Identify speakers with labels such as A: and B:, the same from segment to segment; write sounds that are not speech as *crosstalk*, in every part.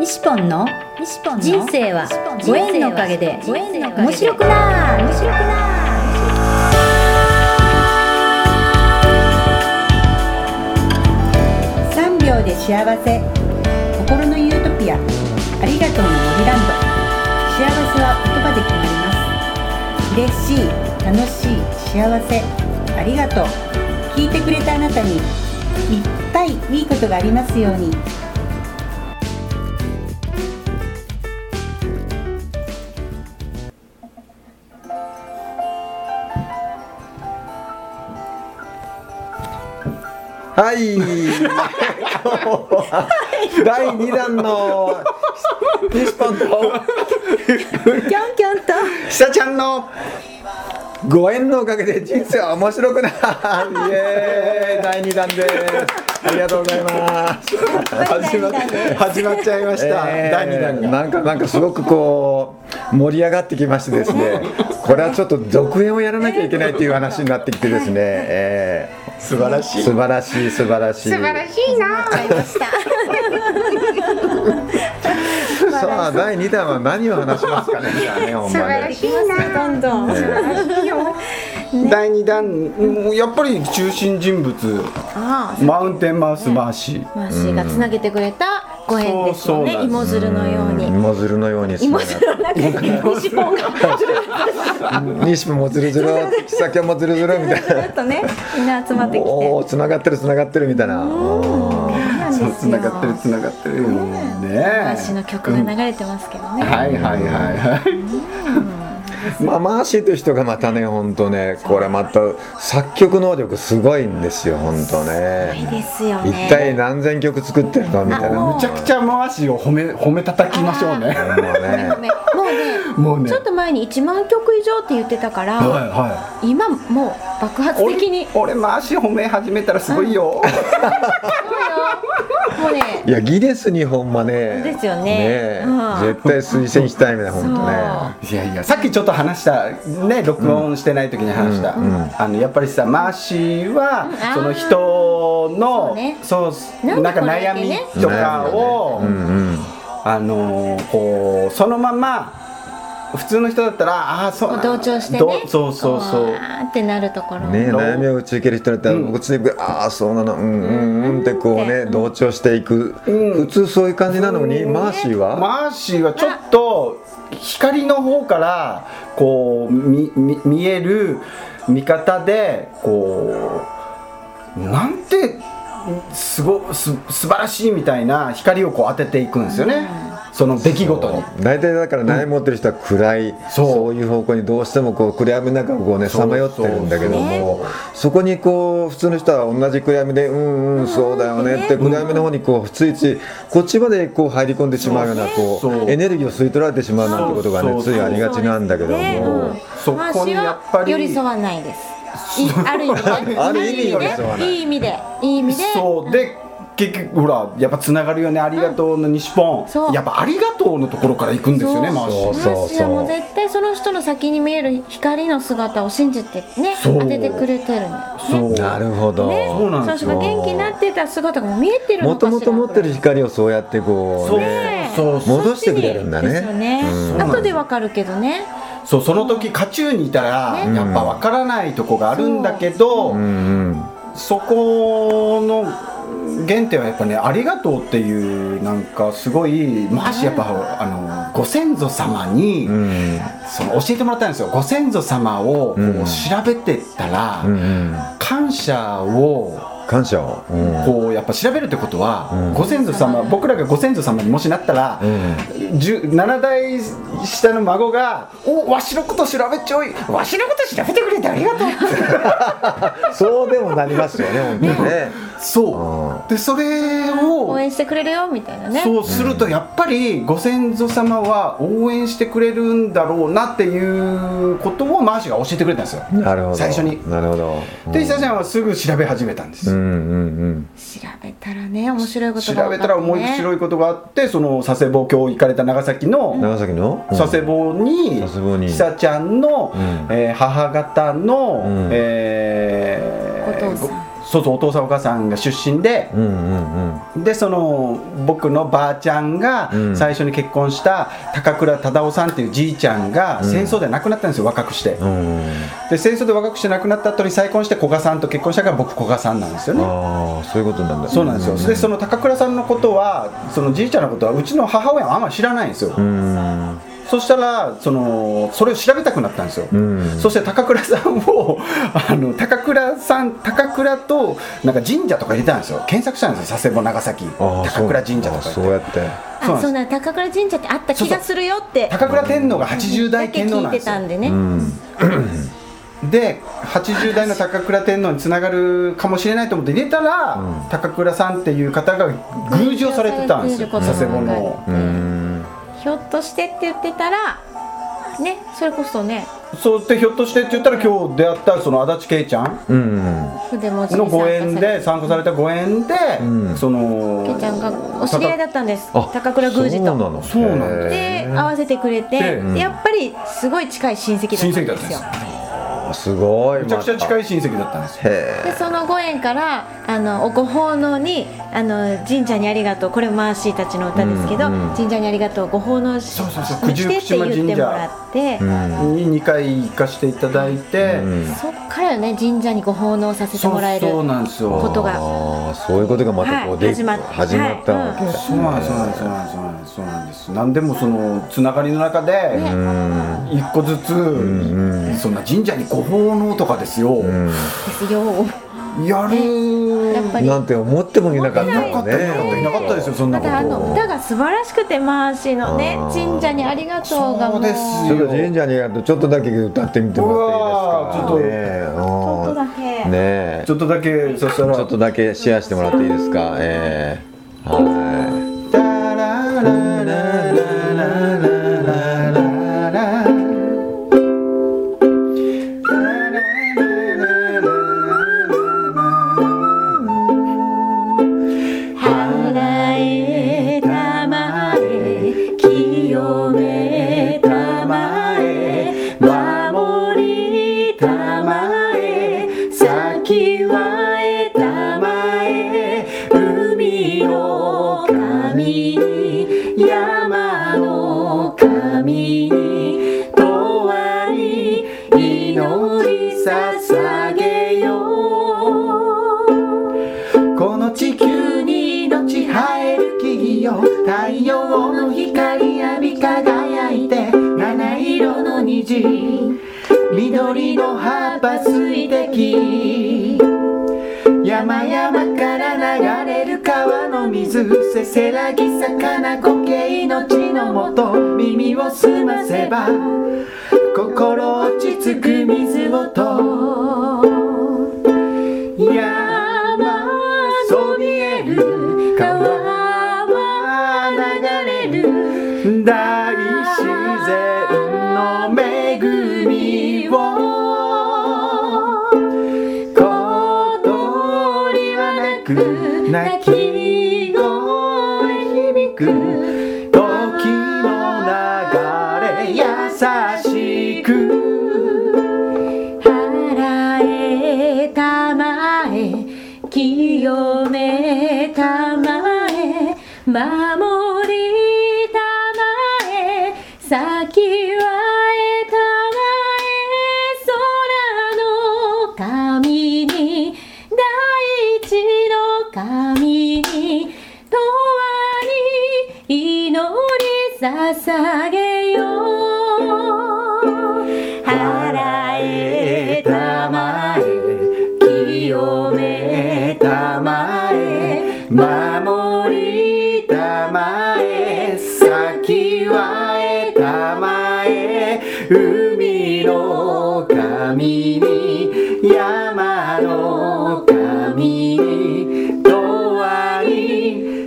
A: 西ポンの
B: 西ポンの
A: 人生はご縁のおかげで
B: ご縁のおかげで
A: 面白くなー面白くな
C: 3秒で幸せ心のユートピアありがとうの森ランド幸せは言葉で決まります嬉しい楽しい幸せありがとう聞いてくれたあなたにいっぱいいいことがありますように
D: はい。今日は第二弾の西ポンと
A: ーキョンキョンと
D: 久ちゃんのご縁のおかげで人生は面白くなる。イエーイ第二弾です。ありがとうございます。
C: 始ま
E: 始まっちゃいました、
D: えー
E: 第2弾が
D: なんかなんかすごくこう盛り上がってきましてですね。これはちょっと続編をやらなきゃいけないという話になってきてですね。えー
E: 素晴らしい
D: 素晴らしい素晴らしい
A: 会いました
D: さあ第2弾は何を話しますかねじゃあねほんまね
A: どんどん
D: えー
E: 第2弾もうやっぱり中心人物
B: あ
E: マウンテンマウスマーシ
B: あマーシーがつなげてくれたご縁ですよね
E: そうそうなんです
B: 芋づるのように
D: 芋づるのように
B: 芋づるの中に西ポンが
D: 西部もずるずる先はもずるずるみたいな
A: ちょっとねみんな集まってきて
D: おおつながってるつながってるみたいなおー
B: なん
E: そう
B: です
E: 繋がってる
B: よ
E: 繋がってるね
B: マーシーの曲が流れてますけどね
E: はいはいはいはい
D: まあマーシーという人がまたね本当ねこれまた作曲能力すごいんですよ本当
B: いい
D: ね
B: ですよ
D: 一体
B: ね
D: 何千曲作ってるのみたいな
E: むちゃくちゃマーシーを褒め *laughs* 褒め叩きましょうね
D: もうね
B: ねもうね
E: もうね
B: ちょっと前に1万曲以上って言ってたから、
E: はいは
B: 今もう爆発
E: い
B: 的に
E: 俺俺マーシー褒め始めたらすごいよ
B: もうね
D: いやギネスにほんまね
B: ですよね
D: え
B: うん
D: 絶対推薦したいみたいな本当
B: そう
D: ね
E: いやいやさっきちょっと話したね録音してない時に話した、あのやっぱりさマーシーは、
B: ん
E: その人
B: そう
E: の
B: ね
E: そう
B: なん
E: な
B: で
E: んか
B: これだ
E: 悩
B: けね
E: みとかを、あのーこうそのまま普通の人だったらああそうなんだ
B: 同調してね
E: どそうそうそ
B: こ
E: う
B: うあーってなるところ
D: ね、
E: どう
D: 悩みを打ち受ける人だったら、僕ついああそうなのうんうんうんってこうね、同調していく、普通そういう感じなのに、マーシーは、
E: マーシーはちょっと光の方からこう見見見える見方でこうなんてすごす素晴らしいみたいな光をこう当てていくんですよね、その出来事に。
D: 大体だから悩み持ってる人は暗い、
E: そう
D: そういう方向にどうしてもこう暗闇の中をこうねさまよってるんだけどもそこにこう普通の人は同じ暗闇でうんうんそうだよねって暗闇の方にこうついついこっちまでこう入り込んでしまうようなこ
E: そうそう
D: うエネルギーを吸い取られてしまうなんてことが
E: そ
D: ね
E: うそう
D: ついありがちなんだけど
B: ね
D: も。
E: そこにやっぱり
B: 寄り添わないですいある意味ね
D: *laughs* ある意味寄り添わない
B: いい意味でいい意味で
E: そうで結局ほらやっぱつながるよねありがとうの西ポン、
B: そう
E: やっぱありがとうのところから行くんですよね
B: そう
E: マーシー
D: そうそう
B: 私はもう絶対その人の先に見える光の姿を信じてね
E: そう
B: 当ててくれてるんだよ
E: そう
D: なるほど、
B: ね
E: そうなんです
B: そ
E: よ
B: の人が元気になってた姿がもう見えてるの
D: も
B: かし
D: と
B: ら
D: もと持ってる光をそうやってこうね
E: そうそう
D: 戻してくれるんだね
B: ですよね
D: うん
B: 後でわかるけどね
E: そうその時渦中にいたら、
B: ね
E: やっぱわからないとこがあるんだけど、
D: うんうん
E: そこの原点はやっぱね「ありがとう」っていうなんかすごいまあしやっぱあのご先祖様に、
D: うん
E: その教えてもらったんですよご先祖様をこう
D: うん
E: 調べてったら、
D: うんうん
E: 感謝を
D: 感謝を、
E: *laughs*
D: うん
E: こうやっぱ調べるってことは、
D: うん
E: ご先祖様僕らがご先祖様にもしなったら、
D: うん
E: 十7代下の孫が「おわしのこと調べちょいわしのこと調べてくれてありがとう」
D: そうでもなりますよね本当にね
E: そうでそれを
B: 応援してくれるよみたいなね
E: そうするとやっぱりご先祖様は応援してくれるんだろうなっていうことをマーシーが教えてくれたんですよ
D: *laughs* なるほど
E: 最初に
D: なるほど
E: で久ちゃんはすぐ調べ始めたんです、
D: うんうんうん
B: 調べたらね面白いこと
E: 調
B: が分か
E: べ
B: ってね
E: たら面白いことがあってその佐世保教行かれた長崎の、
D: 長崎の
E: 佐世保に
D: 佐世保に
E: 久ちゃんの、
D: うん
E: えー母方の、
D: うん
E: えー
B: お父さん
E: ごそうそうお父さんお母さんが出身で、
D: うんうん
E: でその僕のばあちゃんが
D: うん
E: 最初に結婚した高倉忠夫さんっていうじいちゃんが戦争で亡くなったんですよ若くして
D: うんうん
E: で戦争で若くして亡くなった後に再婚して古賀さんと結婚したから僕古賀さんなんですよね
D: ああそういうことなんだ
E: そうなんですよでその高倉さんのことはそのじいちゃんのことはうちの母親はあんまり知らないんですよ
D: うん
E: そしたらそのそれを調べたくなったんですよ、
D: うん
E: そして高倉さんを *laughs* あの高倉さん高倉となんか神社とか入れたんですよ検索したんですよ佐世保長崎
D: あー
E: 高倉神社とか
D: そ
E: 入
D: う
E: れて
D: そうやって
E: そうなん
B: あ
E: です
B: そうなん高倉神社ってあった気がするよって
E: 高倉天皇が80
B: だ
E: 代
B: け
E: 天皇
B: 聞
E: ないんで
B: て
E: すよ
B: たんでね、
D: うん
E: で80代の高倉天皇につながるかもしれないと思って入れたら、
D: うん
E: 高倉さんっていう方が宮司をされてたんですよ
B: 宮司を
E: 佐
B: され
E: 世
B: てること
E: 保
B: が分か
E: の
B: る
D: うん
B: ひょっとしてって言ってたらねそれこそね
E: そうやってひょっとしてって言ったら今日出会ったその足立圭ちゃん
D: うん
B: 筆文字に
E: の
B: 参加
E: ご
B: さ
E: 縁
B: れ
E: で
B: て
E: 参加されたご縁で、
D: うん
E: その
B: けいちゃんがお知り合いだったんです
D: あ
B: 高倉宮司
D: そうな
B: と
D: の
E: そうなんだ
B: で会わせてくれて、
E: で
B: でやっぱりすごい近い親戚だったんです
E: 親戚だ
B: よ
E: っ
D: あすごい
E: めちゃくちゃ近
D: い
E: い親戚だったんですよ
D: へ
B: でそのご縁からあのご奉納にあの神社にありがとうこれマーシーたちの歌ですけど、
D: うんうん
B: 神社にありがとうご奉納し
E: そうそうそう
B: に来てって言ってもらって、
D: えうん
E: に2回行かせていただいて、
D: うん
B: そっからよね神社にご奉納させて
E: そ
B: もらえ
E: う
B: る
E: そうなんですよ
B: ことが
D: ああそういうことがまたこ
B: は
D: う
B: い
D: で
B: 始まっ
D: 始まったわけ
B: は
E: そうなんですそうなんですそうなんですそうなんですなんでもそのつながりの中で
D: うん
E: 一個ずつ、
D: ん
E: そんな神社にご奉納とかですよ、
D: うん
B: ですよ
E: やる
B: やっぱり
D: なんて思ってもいなかった
E: なか
D: も
E: っ
D: ん
E: たいなかったい
D: ね
E: なかったですよそんな
B: ま
E: こと
B: たあの歌が素晴らしくてマーシーのね
D: あー
B: 神社にありがとうがも
E: そううです
D: ちょっと神社にあるとちょっとだけ歌ってみてもらっていいです
A: ち
D: か
A: ょっとだ
D: ね
A: け
D: えねえ
E: ちょっとだけそしたら
D: ちょっとだけシェアしてもらっていいですかええは
E: 「タララララララララ」
B: 払えたまえ清めたまえ守りたまえ先はえたまえ海の神に山の神に永遠に祈り捧げよう
E: この地球に命生える木々よ太陽の光浴び輝いて七色の虹緑の葉っぱ水滴山々から流れる川の水せせらぎ魚苔命のもと耳を澄ませば心落ち着く水音山そびえる川は流れる大自然の恵みを小鳥はなく鳴き声響く時の流れ優しく
B: 払えたまえ清めたまえ守りたまえ先はえたまえ空の神に大地の神に永遠に祈り捧げよう払えたまえ清めたまえ守りたまえ
E: 先はえたまえ海の神に山の神に永遠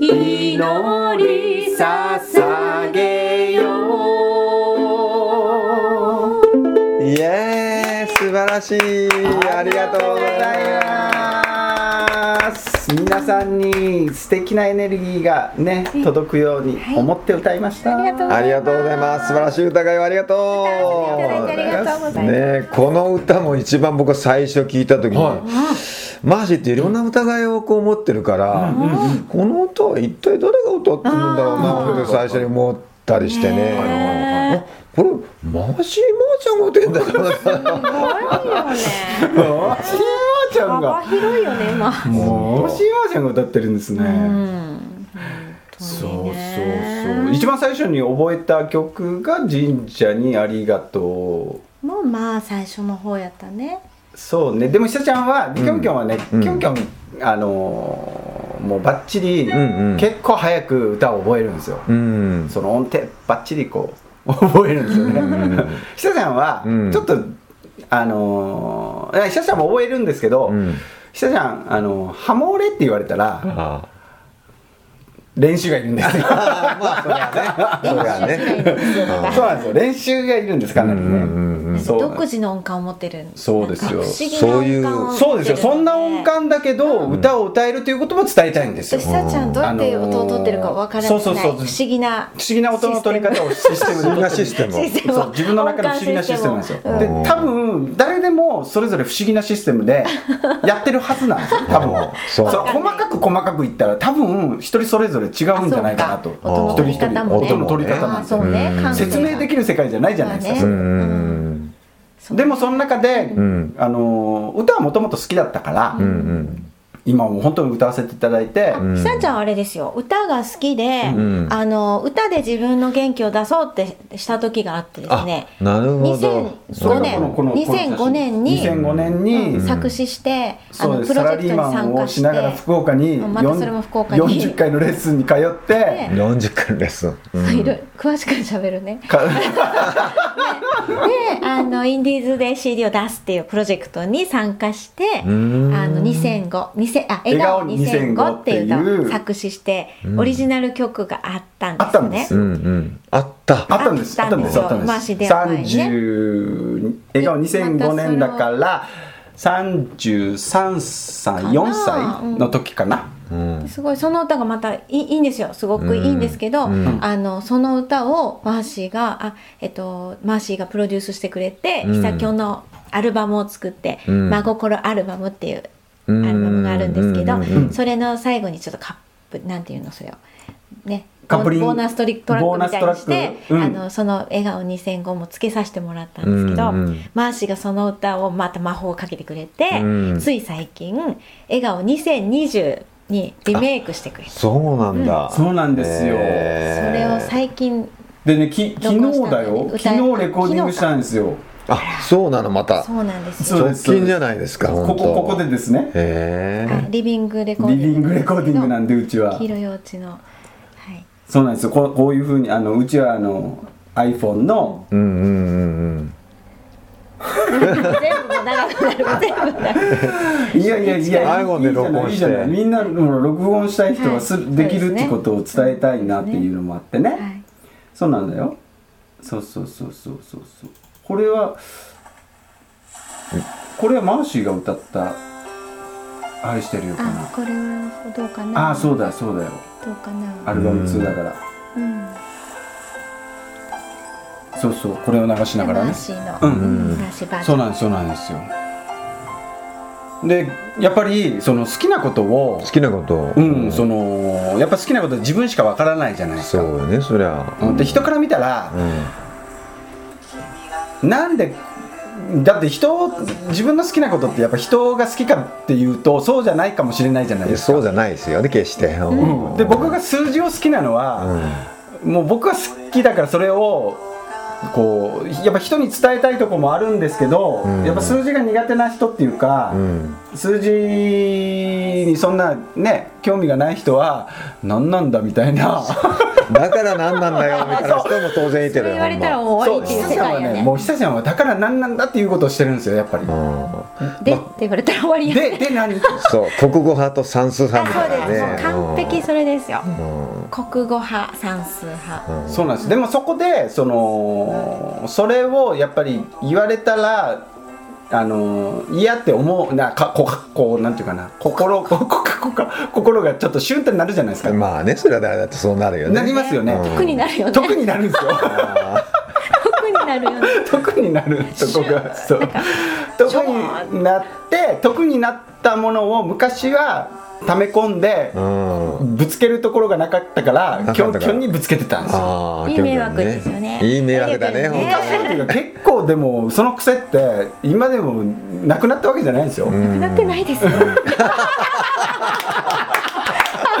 E: に祈り捧げよう
D: いイエーイ素晴らしいありがとうございます
E: ます皆さんに素敵なエネルギーがね届くように思って歌いました、
D: ありがとうございます素晴らしい歌声をありがとう
A: ありがとうございます。
D: ねえこの歌も一番僕は最初聞いた時に、マーシーっていろんな疑いをこう持ってるから、この音は一体誰が歌ってるんだろうなって最初に思ったりしてね。あこれマーシーマーちゃんが歌ってんだよ
A: よね。
E: マーシーマーちゃん
A: 幅
E: が
A: 広いよね、今。
E: もうマーシーマーちゃんが歌ってるんですね、そうそうそう一番最初に覚えた曲が「神社にありがとう
A: もうまあ最初の方やったね。」
E: そうねでもひさちゃんはりきょんきょんはねきょ
D: うん
E: んきょんあのーもうばっちり
D: んうん
E: 結構早く歌を覚えるんですよ、
D: うん
E: その音程ばっちりこう *laughs* 覚えるんですよね。ひさちゃんは
D: うん
E: ちょっと、あのー、ひさちゃんも覚えるんですけど、
D: うん
E: ひさちゃん、あのーハモれって言われたら
D: あ
E: 練習がいるんですよ。
D: *laughs* あまあそりゃねそりゃね
E: そうなんですよ練習がいるんですかなりね。
D: うんうんうん
E: そうなん
B: 独
E: です
B: 自の音感を持ってるん
E: そうですよ
B: 不思議な音感を持ってる
E: そうですよそんな音感だけど、歌を歌えるということも伝えたいんですよ
B: ち
E: 不
B: さちゃんどうやって音を取ってるかわからない、
E: あのーそうそうそう
B: 不思議な
E: 思議な音の取り方をシステムで
D: 不思議なシステムを
B: システム
E: そう自分の中の不思議なシステムなんですよ、で多分誰でもそれぞれ不思議なシステムでやってるはずなんですよ多分
D: そう
E: そう細かく細かく言ったら多分一人それぞれ違うんじゃないかなと
B: あそうか音の取り方もね
E: 音の取り方
B: あ
E: も
B: ーそうね、感性が
E: 説明できる世界じゃないじゃないですか、
B: まあ
E: そ
B: ね
E: れ
D: うん
E: でもその中で、
D: ん
E: あのー歌はもともと好きだったから、
D: うんうん
E: 今もう本当に歌わせていただいて、
B: あひさちゃんはあれですよ歌が好きで、
D: ん
B: あの歌で自分の元気を出そうってした時があってですね
D: あなるほど
E: そ
B: 2005
E: れがこのこの
B: 年2005年に
E: 2005年に、
B: 作詞して、
E: そ
B: あ
E: う
B: の
E: で
B: プ
E: す
B: ロ
E: サ
B: ジ
E: ラ
B: ェク
E: リ
B: ト
E: ー
B: に
E: マン
B: 参
E: を
B: 加
E: し
B: して
E: ながら福岡に
B: またそれも福岡に
E: 40回のレッスンに通って、
B: ね
D: 40回レッスンうん
B: いろいろ詳しく喋るね
E: か
B: であのインディーズで CD を出すっていうプロジェクトに参加して「あ
D: ーん
B: の2005」2000あ「笑
E: 笑顔
B: 顔2005」っていう歌を作詞してオリジナル曲があったんです
E: あった
B: よ
E: んで
B: ね
E: す
D: う。んうんあった
E: あったんです
B: あ
E: あ
B: っ
E: ったた
B: ん
E: ん
B: で
E: ですす
B: よ
E: あったんで
B: マ
E: す
B: ジで前にね
E: 30笑顔2005年だから33歳4歳の時かな、
B: すごいその歌がまたいいいいんですよすごくいいんですけど、あのその歌をマーシーがあ、えっと、マーシーがプロデュースしてくれて、
D: ん
B: ひさきょんのアルバムを作って「
D: ん
B: 真心アルバム」っていうア
D: うん
B: ルバムがあるんですけど、
D: うん
B: それの最後にちょっとカップなんていうのそれをね
E: カップリング
B: ボーナストリトラックみたいにして
E: ボーナス、トラックうん
B: あのその「笑顔2005」もつけさせてもらったんですけど、
D: うんうん
B: マーシーがその歌をまた魔法をかけてくれて、
D: うん
B: つい最近「笑顔2020」にリメイクしてくれたそ
D: そうなんだ
E: そうなんですよ、
B: れを最近
E: でねき昨日だよ
B: 録音したんだ
E: 昨
B: よね歌い
E: 日レコーディングしたんですよ
D: あそうなのまた
B: そうなんです
E: そ
B: よ
E: う
D: 直
E: です
D: 近じゃないですか
E: ここここでですね
D: へ
B: はい
D: え
B: リビングレコーディ
E: リ
B: ング
E: ビングレコーディングなんでうちは
B: 黄色いお家の、はい、
E: そうなんですよこうこういうふうにあのうちはあの iPhone の
D: うんうんうんうん
B: 全部もう長くなる全部長く
E: いやいやいや
D: iPhone で録音して
E: いいじゃないいいじゃないみんなもう録音したい人はす、
B: はい
E: でき
B: そう
E: る
B: ですね
E: ってことを伝えたいなっていうのもあってね、
B: はい
E: そうなんだよそうそうそうそうそうそうこれはこれはマーシーが歌った「愛してるよ」かな
A: あ、これはどうかな。
E: ああそうだそうだよ
A: どうかな。
E: アルバム2だから、
A: うん。
E: そうそうこれを流しながら
B: マ
E: ね
B: ーシーの、
E: うん
B: マーシーバージ
E: そ
B: ョ
E: う
B: ン
E: なんですそうなんですよでやっぱりその好きなことを
D: 好きなこと
E: うん、そのやっぱ好きなことは自分しかわからないじゃないです
D: そ
E: か
D: うよねそりゃ
E: うんで人から見たら
D: う、ん
E: なんでだって人を自分の好きなことってやっぱ人が好きかっていうとそうじゃないかもしれないじゃない
D: い
E: で
D: や
E: すか
D: そうじゃないですよね決してうん
E: で僕が数字を好きなのは、もう僕は好きだからそれをこうやっぱ人に伝えたいとこもあるんですけど、
D: ん
E: やっぱ数字が苦手な人っていうか、
D: うん
E: 数字にそんなね興味がない人は何なんだみたいな
D: だから何なんだよみたいな人も当然いて
B: そ
D: る
B: れ
D: よ
B: 言われたら
D: ほん
B: もう終
E: *laughs* そ
B: わりっていう世
E: う久さんは
B: 界よ
E: ね
B: ね
E: もう久さんはだから何なんだっていうことをしてるんですよやっ *laughs* ぱり。
D: まうん
B: でって言われたら終わりよ
E: でで何
D: そう国語派と算数派み
B: そう
D: たい
B: です、も
D: な
B: う
D: ね
B: 完璧それですよ、
D: うん
B: 国語派算数派、
E: そうなんですでもそこでそのそれをやっぱり言われたらあの嫌って思うなかここうなんていうかな心ここここ心がちょっとシュンってなるじゃないですか、
D: うんまあねそれは誰だってそうなるよ
E: なり
D: ね
E: ますよね、
B: 特になるよね
E: 特になるんですよ *laughs*
B: 特になるよね
E: 特になるとこがそう特になって特になったものを昔は溜め込んで
D: うん
E: ぶつけるところがなかったから
D: な
E: キ
D: か
E: ョ
D: ったから
E: ンキョンにぶつけてたんですよ
D: あー
B: いい迷惑ですよね
D: いい迷惑だ
A: 迷
D: ね
A: 惑
D: 本
A: ですね
D: 当に
E: っていうか結構でもその癖って今でもなくなったわけじゃないんですよ、
B: なくなってないですよ。なくなって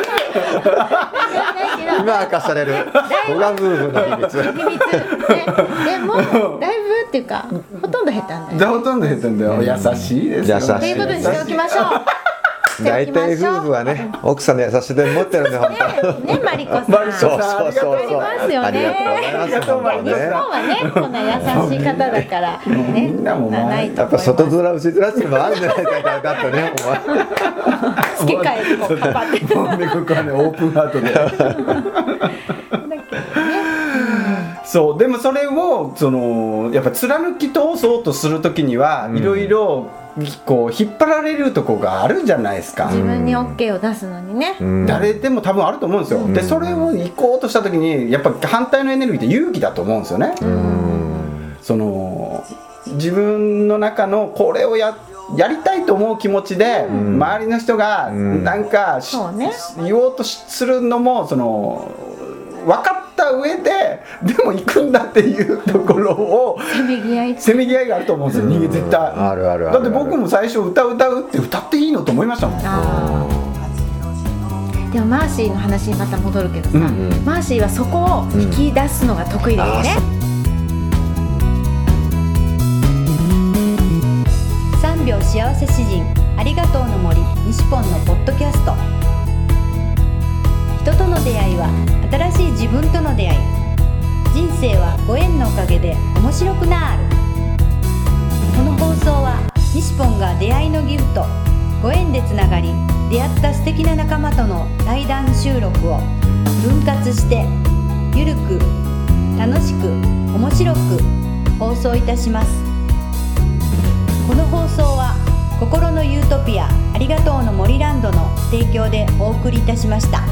B: ないけど
D: 今明かされる小川夫婦の秘密
B: 秘密ねでもだいぶっていうかほとんど減ったんだよ
E: でほとんど減ったんだよ、優しいですよ
D: 優しい
B: ということにしておきましょう
D: 大体夫婦はね奥さんの優しいで持ってるんで本当
B: ねねマリコさん
E: マリコさん
D: そうそうそうそう
B: ありがとうござい
E: ますよね
D: ありがとうございます本当
B: 日
D: ね
B: 本はねこんな優しい方だからね
E: みんなもう
B: ないと
D: やっ
B: 思い
D: ぱ
B: ます
D: 外面内面 *laughs* っていうのもあるんじゃないかなだってねお前
B: 好きかえこうパパって
E: もうねここはねオープンハートでそうでもそれをそのやっぱ貫き通そうとする時には
D: うん
E: いろいろこう引っ張られるとこがあるじゃないですか、
B: 自分に OK を出すのにね
D: うん
E: 誰でも多分あると思うんですよ、でそれを行こうとした時にやっぱ反対のエネルギーって勇気だと思うんですよね、
D: うん
E: その自分の中のこれをややりたいと思う気持ちで、
D: ん
E: 周りの人が
D: うん
E: なんかし、
B: そうね
E: 言おうとしするのもその分かった上ででも行くんだっていうところを
B: せめぎ合い
E: せめぎ合いがあると思うんですよ人間絶対
D: あるあるある
E: だって僕も最初歌う歌うって歌っていいのと思いましたもん
B: あーでもマーシーの話にまた戻るけどさ、
E: うん
D: うん
B: マーシーはそこを引き出すのが得意だよね、
C: 3秒幸せ詩人ありがとうの森西ポンのポッドキャスト人との出会いは新しい自分との出会い人生はご縁のおかげで面白くなるこの放送は西ポンが出会いのギフトご縁でつながり出会った素敵な仲間との対談収録を分割してゆるく楽しく面白く放送いたしますこの放送は心のユートピアありがとうの森ランドの提供でお送りいたしました。